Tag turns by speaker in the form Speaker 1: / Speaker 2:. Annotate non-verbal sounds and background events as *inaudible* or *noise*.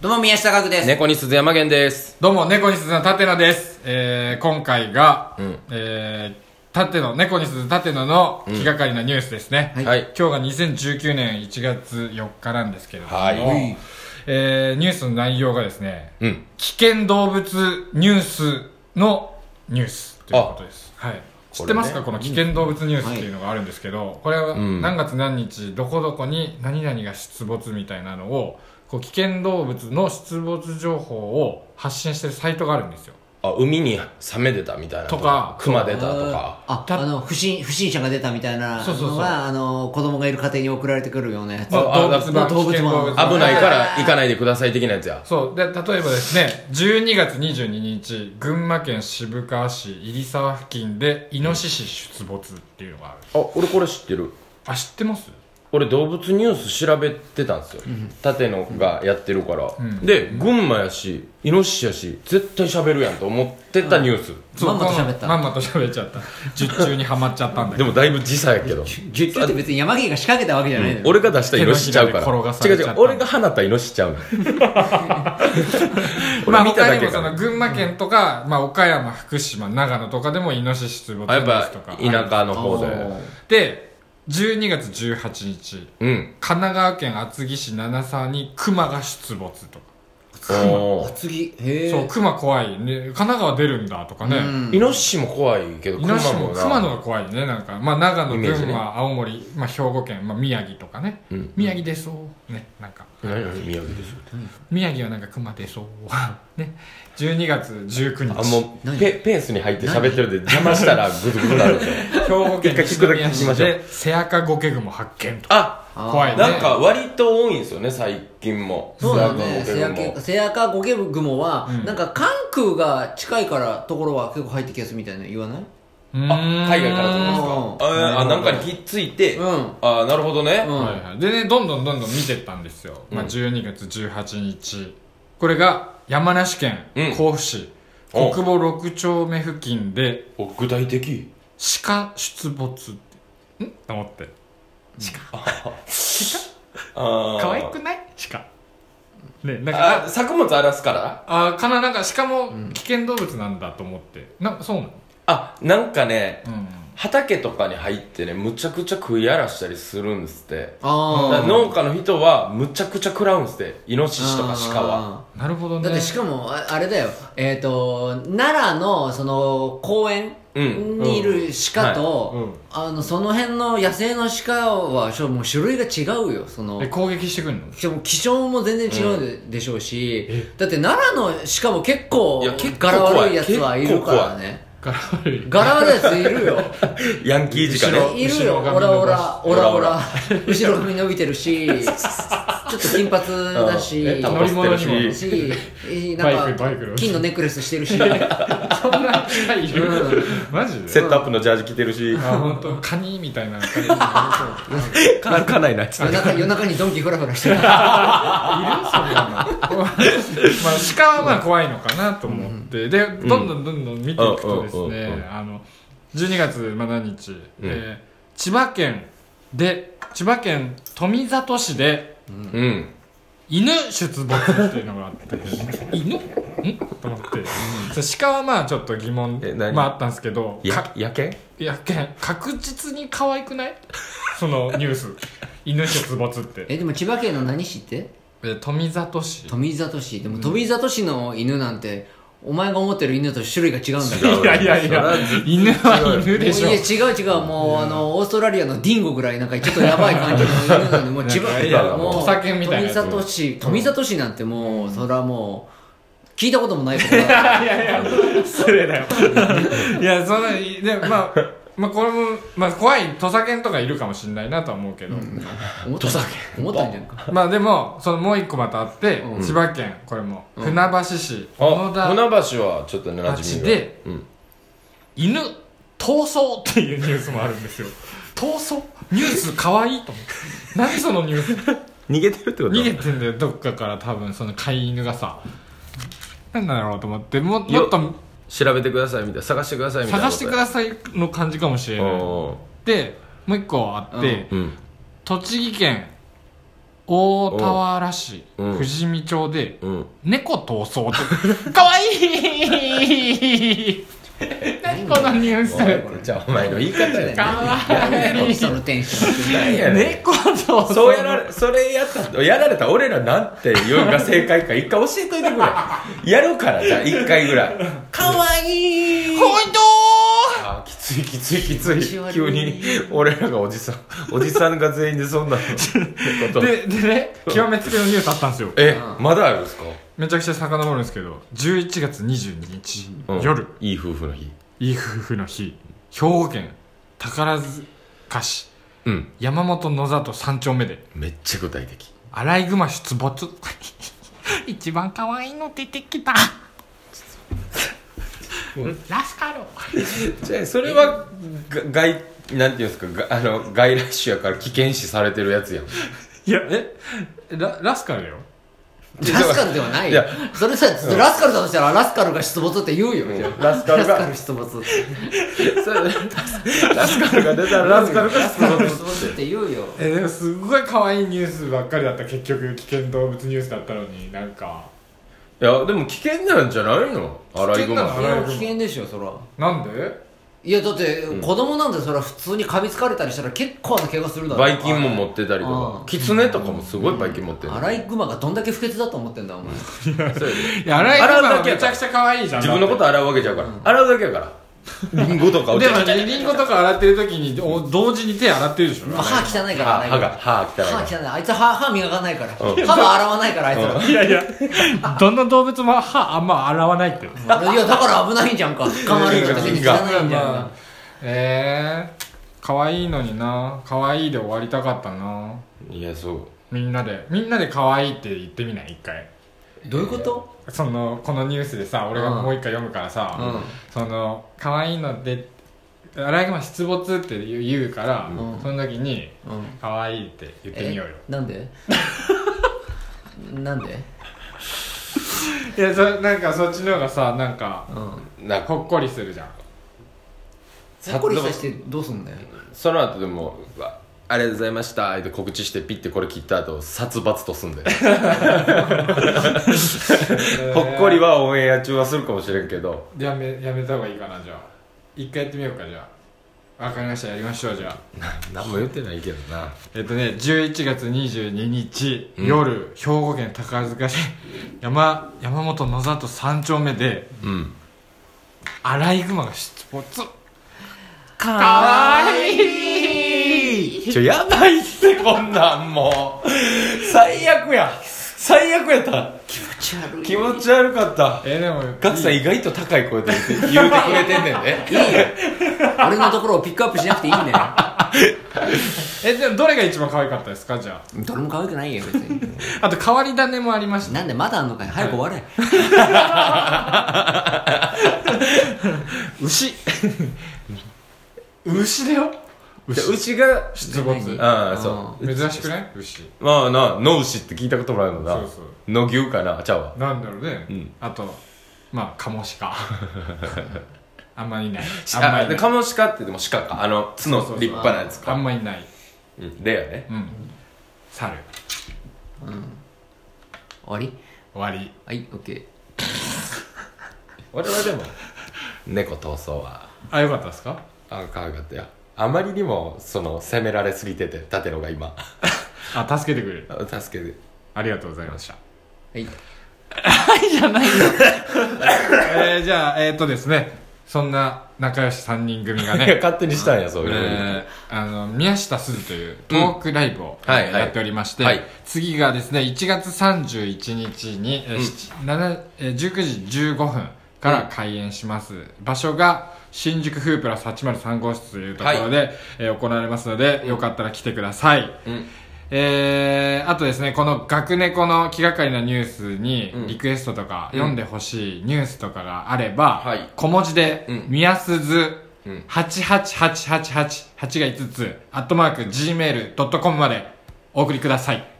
Speaker 1: どうも宮下岳です、
Speaker 2: *laughs* 猫に鈴山源です。
Speaker 3: どうも、猫に鈴の舘野です。えー、今回が、えー、舘野、猫に鈴舘野の気がかりなニュースですね。
Speaker 2: いはい
Speaker 3: 今日が2019年1月4日なんですけれども、
Speaker 2: はい
Speaker 1: はい
Speaker 3: えー、ニュースの内容がですね、
Speaker 2: うん。
Speaker 3: 危険動物ニュースのニュースということです。はい。知ってますかこ,、の危険動物ニュースっていうのがあるんですけど、これは
Speaker 2: ん
Speaker 3: 何月何日、どこどこに何々が出没みたいなのを、こう危険動物の出没情報を発信してるサイトがあるんですよ。
Speaker 2: あ、海にサメ出たみたいな。
Speaker 3: とか
Speaker 2: 熊出たとか。
Speaker 1: あ
Speaker 3: た
Speaker 1: あの不審不審者が出たみたいなのが
Speaker 3: そうそうそう
Speaker 1: あの子供がいる家庭に送られてくるようなやつ、
Speaker 3: まあ
Speaker 2: あ
Speaker 3: 動物
Speaker 1: まあ
Speaker 3: 版、
Speaker 1: 動物版
Speaker 3: 危険動物版
Speaker 2: 危ないから行かないでください的なやつや。
Speaker 3: そう。で、例えばですね、12月22日、群馬県渋川市入沢付近で、イノシシ出没っていうのがある。
Speaker 2: あ、俺これ知ってる。
Speaker 3: あ、知ってます
Speaker 2: 俺動物ニュース調べてたんですよ。舘野がやってるから。で、群馬やし、イノシシやし、絶対喋るやんと思ってたニュース。
Speaker 3: そ
Speaker 1: ま
Speaker 3: う
Speaker 1: んまと喋った
Speaker 3: まんまと喋っちゃった。術中にはまっちゃったんだ
Speaker 2: で
Speaker 3: けど。
Speaker 2: もだいぶ時差やけど。
Speaker 1: 実はって別に山毛が仕掛けたわけじゃないのよ、
Speaker 2: 俺が出したイノシシちゃうか
Speaker 3: 手のひらで転が
Speaker 2: ら。
Speaker 3: さ
Speaker 2: 違う
Speaker 3: れちゃ
Speaker 2: 違
Speaker 3: った
Speaker 2: う。俺が放ったイノシシ
Speaker 3: *laughs*
Speaker 2: ちゃうねん
Speaker 3: まあ
Speaker 2: *laughs* 俺見た
Speaker 3: 他
Speaker 2: だ
Speaker 3: に
Speaker 2: け
Speaker 3: もそ
Speaker 2: か
Speaker 3: の
Speaker 2: ら。
Speaker 3: 群馬県とか、まあ岡山、福島、長野とかでもイノシシ出没
Speaker 2: あやっ
Speaker 3: ニュー
Speaker 2: ぱ
Speaker 3: スとか。
Speaker 2: 田舎の方
Speaker 1: あー
Speaker 2: で。
Speaker 3: で、12月18日、
Speaker 2: うん。
Speaker 3: 神奈川県厚木市七沢に熊が出没とか。
Speaker 2: おー
Speaker 1: あ次へえ
Speaker 3: そう、熊怖い。ね、神奈川出るんだとかね。
Speaker 2: イノシシも怖いけど、
Speaker 3: イノシシも
Speaker 2: な
Speaker 3: 熊のが怖いねなんか、まあ、長野
Speaker 2: イメ
Speaker 3: 群
Speaker 2: ージね
Speaker 3: 馬青森、まあ、兵庫県、まあ、宮城とかね、
Speaker 2: うん
Speaker 3: 宮城出そうねなんか
Speaker 2: 何何宮城です
Speaker 3: 宮城はなんか熊出そう *laughs* ね12月19
Speaker 2: あ
Speaker 3: 日
Speaker 2: もう
Speaker 1: 何
Speaker 2: ペペースに入って喋ってるんで邪魔したらグズグズなるんで
Speaker 3: 兵庫県
Speaker 2: 一回聞
Speaker 3: 西
Speaker 2: くだけ
Speaker 3: 宮
Speaker 2: 聞きま
Speaker 3: 市
Speaker 2: しょう
Speaker 3: でセアカゴケグモ発見と
Speaker 2: あ
Speaker 1: あー
Speaker 3: 怖いね
Speaker 2: なんか割と多いんですよね最近も
Speaker 1: そうだね
Speaker 2: ス
Speaker 1: セ
Speaker 2: ナ
Speaker 1: ア
Speaker 2: ックの
Speaker 1: ケ
Speaker 2: ポケ
Speaker 1: セアカゴケグモは、
Speaker 3: ん
Speaker 1: なんか関空が近いからところは結構入ってきやすみたいなの言わない
Speaker 3: 海
Speaker 2: モンあ海外からっ
Speaker 1: と
Speaker 2: てことですか
Speaker 1: うん
Speaker 2: ああなんかにひっついて
Speaker 1: うん
Speaker 2: あなるほどね
Speaker 1: うん
Speaker 3: はいはい、でねどんどんどんどん見てったんですよ、まあ、12月18日これが山梨県
Speaker 2: うん
Speaker 3: 甲府市、
Speaker 2: お
Speaker 3: 国保六丁目付近で
Speaker 2: お具体的
Speaker 3: 鹿出没ってんと思って
Speaker 2: あ
Speaker 3: 可愛
Speaker 2: あ
Speaker 3: くない鹿ねなん
Speaker 2: あ
Speaker 3: か
Speaker 2: 作物荒らすから
Speaker 3: ああかななんか鹿も危険動物なんだと思って、なんかそうなの
Speaker 2: あなんかね
Speaker 3: うん
Speaker 2: 畑とかに入ってねむちゃくちゃ食い荒らしたりするんですってだか
Speaker 1: あ
Speaker 2: ら
Speaker 1: あ
Speaker 2: 農家の人はむちゃくちゃ食らうんですってイノシシとか鹿は
Speaker 3: なるほどね
Speaker 1: だってしかもああれだよえっ、と奈良のその公園
Speaker 2: うん
Speaker 1: にいる鹿と、
Speaker 3: うんはいうん
Speaker 1: あのその辺の野生の鹿はしょもう種類が違うよその
Speaker 3: え攻撃してくん *laughs* の
Speaker 1: しかも気性も全然違うで,、しょうしだって奈良の鹿も結構
Speaker 2: いや結構
Speaker 1: 柄
Speaker 2: 怖
Speaker 1: 悪い
Speaker 2: い
Speaker 1: やつはいるからね
Speaker 3: 柄悪い
Speaker 1: 柄悪いやついるよ
Speaker 2: ヤンキー鹿
Speaker 3: 後ろ
Speaker 2: ね
Speaker 1: いるよ
Speaker 3: 後ろ髪
Speaker 1: オラオラオラオ
Speaker 2: オラオ
Speaker 1: ラ
Speaker 2: ラ
Speaker 1: 後ろ髪伸びてるしちょっと金髪だし、
Speaker 2: うんねタバコ
Speaker 3: 乗り物にも
Speaker 2: 吸ってるし
Speaker 1: し、えなん
Speaker 3: バイクバ
Speaker 1: か
Speaker 3: イクの
Speaker 1: 金のネックレスして
Speaker 3: *laughs*
Speaker 1: るし、
Speaker 3: そんな鹿いる、マジ
Speaker 2: セ
Speaker 3: で
Speaker 2: ットアップのジャージ着てるし
Speaker 3: あ本当カニみたいなカニみたいないる
Speaker 2: 歩かないな
Speaker 1: 夜中夜中にドンキフラフラして
Speaker 3: *laughs*
Speaker 1: る。
Speaker 3: そんなのまあ鹿はまあ怖いのかなと思って、でどんどんどんどん見ていくとですね、
Speaker 2: うんうんうんうん
Speaker 3: あの12月7日、
Speaker 2: うん
Speaker 3: えー千葉県で千葉県富里市で
Speaker 2: うん
Speaker 3: 犬出没っていうのがあって犬んと思ってそう鹿はまあちょっと疑問
Speaker 2: え何
Speaker 3: まああったんですけどか
Speaker 2: やけ
Speaker 3: いやけん確実に可愛くない *laughs* そのニュース犬出没って
Speaker 1: えでも千葉県の何市って？
Speaker 3: え富里市
Speaker 1: 富里市。でも富里市の犬なんてお前が思ってる犬と種類が違うんだよ。
Speaker 2: 違う
Speaker 3: いやいやい
Speaker 2: それは
Speaker 3: や犬は犬でしょ
Speaker 1: もういや違う違うもうあのオーストラリアのディンゴぐらいなんかちょっとやばい感じの犬なんでもう千葉
Speaker 3: い
Speaker 2: や
Speaker 1: もう
Speaker 3: 土佐犬みたいなやつ
Speaker 1: 富里市富里市なんてもうそれはもう聞いたこともないことだ
Speaker 3: いやいや失礼だよいやそんなでまあまあこれも、まあ、怖い土佐犬とかいるかもしれないなとは思うけど、
Speaker 1: 思った思ったんじゃないか
Speaker 3: まあでもそのもう一個またあって、
Speaker 1: うん
Speaker 3: 千葉県これも、船橋市
Speaker 2: あ
Speaker 3: 小野
Speaker 2: 船
Speaker 3: 田
Speaker 2: 橋はちょっとね馴染みが
Speaker 3: あっちで
Speaker 2: うん
Speaker 3: 犬逃走っていうニュースもあるんですよ逃走ニュースかわいいと思って何そのニュース
Speaker 2: 逃げてるってこ
Speaker 3: 逃げてんだよどっかから多分その飼い犬がさ何なんだろうと思っても
Speaker 2: よ
Speaker 3: もっと
Speaker 2: 調べてくださいみたいな探してくださいみたいな
Speaker 3: 探してくだ
Speaker 2: さ
Speaker 3: さいの感じかもしれないでもう一個あって、
Speaker 2: うん
Speaker 3: 栃木県大田原市
Speaker 2: うん
Speaker 3: 富士見町で
Speaker 2: うん
Speaker 3: 猫逃走とかわ
Speaker 2: *laughs*
Speaker 3: いい何このニュース
Speaker 2: じゃあお前の言い方や
Speaker 3: か
Speaker 2: ね
Speaker 3: わいい
Speaker 1: そのテンション
Speaker 2: 何やねん
Speaker 3: 猫逃走
Speaker 2: そうやられ、それやった、やられた俺らなんて言うが正解か、一回教えといてくれ。 *laughs* やるから、じゃあ一回ぐらい。かわいい
Speaker 3: ほいと
Speaker 2: あーきついきついきつ
Speaker 1: 気持ち
Speaker 2: い。
Speaker 1: 悪い
Speaker 2: 急に、俺らがおじさん、おじさんが全員でそんなこと。
Speaker 3: ーででね極めつけのニュースあったんですよ
Speaker 2: え、まだあるんですか
Speaker 3: めちゃくちゃ遡るんですけど11月22日、
Speaker 2: うん
Speaker 3: 夜
Speaker 2: いい夫婦の日。
Speaker 3: いい夫婦の日兵庫県宝塚市
Speaker 2: うん。
Speaker 3: 山本野里三丁目で
Speaker 2: めっちゃ具体的。
Speaker 3: アライグマ出没 *laughs* 一番可愛いの出てきたラスカロ
Speaker 2: じゃあ、それは、が外、なんていうんですか、があの、外来種やから危険視されてるやつやん。
Speaker 3: いやえララスカルよ
Speaker 1: ラスカルではない
Speaker 2: い
Speaker 1: よ
Speaker 2: や
Speaker 1: それさラスカルだとしたらラスカルが出没って言うよじゃあ
Speaker 2: ラスカルが
Speaker 1: ラスカル出没
Speaker 2: それラスラスカルが出たらラスカルが
Speaker 1: ラスカルが出没って言うよ
Speaker 3: えでもすごい可愛いニュースばっかりだった結局危険動物ニュースだったのになんか
Speaker 2: いや、でも危険なんじゃないのアライグ
Speaker 3: 危
Speaker 2: マ
Speaker 3: 険。なの
Speaker 1: 危険でしょそら
Speaker 3: なんで
Speaker 1: いやだって子供なんてそら普通に噛みつかれたりしたら結構な怪我するだろ
Speaker 2: バイキンも持ってたりと
Speaker 1: う
Speaker 2: か
Speaker 1: ん。
Speaker 2: キツネとかもすごいバイキン持ってる。
Speaker 1: アライグマがどんだけ不潔だと思ってんだお前
Speaker 2: そうやで
Speaker 3: いやアライグマ
Speaker 2: 洗う
Speaker 3: は
Speaker 2: だけや
Speaker 3: め
Speaker 2: から
Speaker 3: ちゃくちゃ可愛いじゃん
Speaker 2: 自分のこと洗うわけじゃうから。洗うだけやから。リンゴとか
Speaker 3: でも
Speaker 2: お茶
Speaker 3: ねリンゴとか洗ってる時にお同時に手洗ってるでしょ
Speaker 1: まあ歯汚いから
Speaker 2: 歯
Speaker 1: アライ
Speaker 2: 歯
Speaker 1: グマ
Speaker 2: が、歯汚い
Speaker 1: 歯
Speaker 2: か
Speaker 1: 汚いあいつ歯歯磨かないから
Speaker 2: うん
Speaker 1: 歯は洗わないからあいつら
Speaker 3: いやい *laughs* やどの動物も歯あんま洗わないって
Speaker 1: いやだから危ないじゃんか噛まれると別に汚いんだよな
Speaker 3: ええー、可愛いのにな可愛いで終わりたかったな
Speaker 2: ら。いや、そう。
Speaker 3: みんなでみんなで可愛いって言ってみない一回
Speaker 1: どういうこと
Speaker 3: そのこのニュースでさ俺がもう一回読むからさ、
Speaker 1: うん
Speaker 3: その可愛いのでアライグマ出没って言うから、
Speaker 1: うん
Speaker 3: その時に
Speaker 1: うん
Speaker 3: 可愛いって言ってみようよ
Speaker 1: なん
Speaker 2: *laughs*
Speaker 1: でなんで
Speaker 3: いやそなんかそっちの方がさなんか
Speaker 1: うん
Speaker 2: なんか、
Speaker 3: ほっこりするじゃん
Speaker 1: ほっこりさせてどうすんだよ
Speaker 2: その後でも、うわありがとうございましたって告知してピッてこれ切った後、殺伐とすんで。 *laughs* ほっこりはオンエア中はするかもしれんけど。
Speaker 3: やめやめた方がいいかなじゃあ一回やってみようかじゃあわかりましたやりましょうじゃあ
Speaker 2: 何も言ってないけどな。
Speaker 3: えっとね11月22日、夜兵庫県宝塚市山山本野里3丁目で
Speaker 2: うん。
Speaker 3: アライグマが出没
Speaker 1: か
Speaker 3: かわ
Speaker 1: いい
Speaker 2: ちょ、やばいって、こんなんもう。最悪や。最悪やった。
Speaker 1: 気持ち悪い
Speaker 2: 気持ち悪かった。
Speaker 3: えでも
Speaker 2: ガクさん
Speaker 3: いい
Speaker 2: 意外と高い声で言って言うてくれてんねんね。
Speaker 1: 俺のところをピックアップしなくていい *laughs* ね
Speaker 3: えでもどれが一番可愛かったですかじゃ
Speaker 1: どれも可愛くないよ別に
Speaker 3: ああと変わり種もありました
Speaker 1: なんでまだあんのかい早く終われ
Speaker 3: 牛 *laughs* 牛だよ
Speaker 2: じゃあ牛が、
Speaker 3: 出没
Speaker 2: ああ、そ
Speaker 3: 珍しくない牛
Speaker 2: う。まあな、野牛って聞いたこともないもんな
Speaker 3: そうそう。
Speaker 2: 野牛かな、ちゃうわ。
Speaker 3: なんだろうね、
Speaker 2: うん
Speaker 3: あとまあカモ
Speaker 2: *laughs*
Speaker 3: シカあんまりいないあんま
Speaker 2: あ、
Speaker 3: り
Speaker 2: で、
Speaker 3: いない
Speaker 2: カモシカってでも鹿か。あの、角
Speaker 3: そうそうそう
Speaker 2: 立派なやつ
Speaker 3: あん
Speaker 2: か。
Speaker 3: まりいない
Speaker 2: うんレアね。
Speaker 3: うん猿
Speaker 1: 終わり
Speaker 3: 終わり
Speaker 1: はいオッケー
Speaker 2: 俺はでも、猫闘争は、
Speaker 3: あよかったですか
Speaker 2: あ、かわかったよ。あまりにも、その、責められすぎてて、舘野が今、
Speaker 3: あ *laughs* 助けてくれる
Speaker 2: あ助けて。
Speaker 3: ありがとうござい
Speaker 2: *laughs*
Speaker 3: ました
Speaker 1: *laughs* はい
Speaker 3: えー、じゃあえっ、ー、とですねそんな仲良し3人組がね
Speaker 2: 勝手にしたんや、そういう
Speaker 3: えー、あの宮下すずというトークライブを、
Speaker 2: うんはいはい
Speaker 3: やっておりまして、
Speaker 2: はい
Speaker 3: 次がですね1月31日に、えー七七えー19時15分から開演します、場所が新宿フープラス803号室というところで、えー行われますので、よかったら来てください、
Speaker 2: ん
Speaker 3: えー、あとですねこの「学猫」の気がかりなニュースにリクエストとか、読んでほしいニュースとかがあれば、
Speaker 2: はい
Speaker 3: 小文字で、
Speaker 2: うん
Speaker 3: 宮鈴
Speaker 2: うん
Speaker 3: 8888888が5つ、アットマーク gmail.com までお送りください。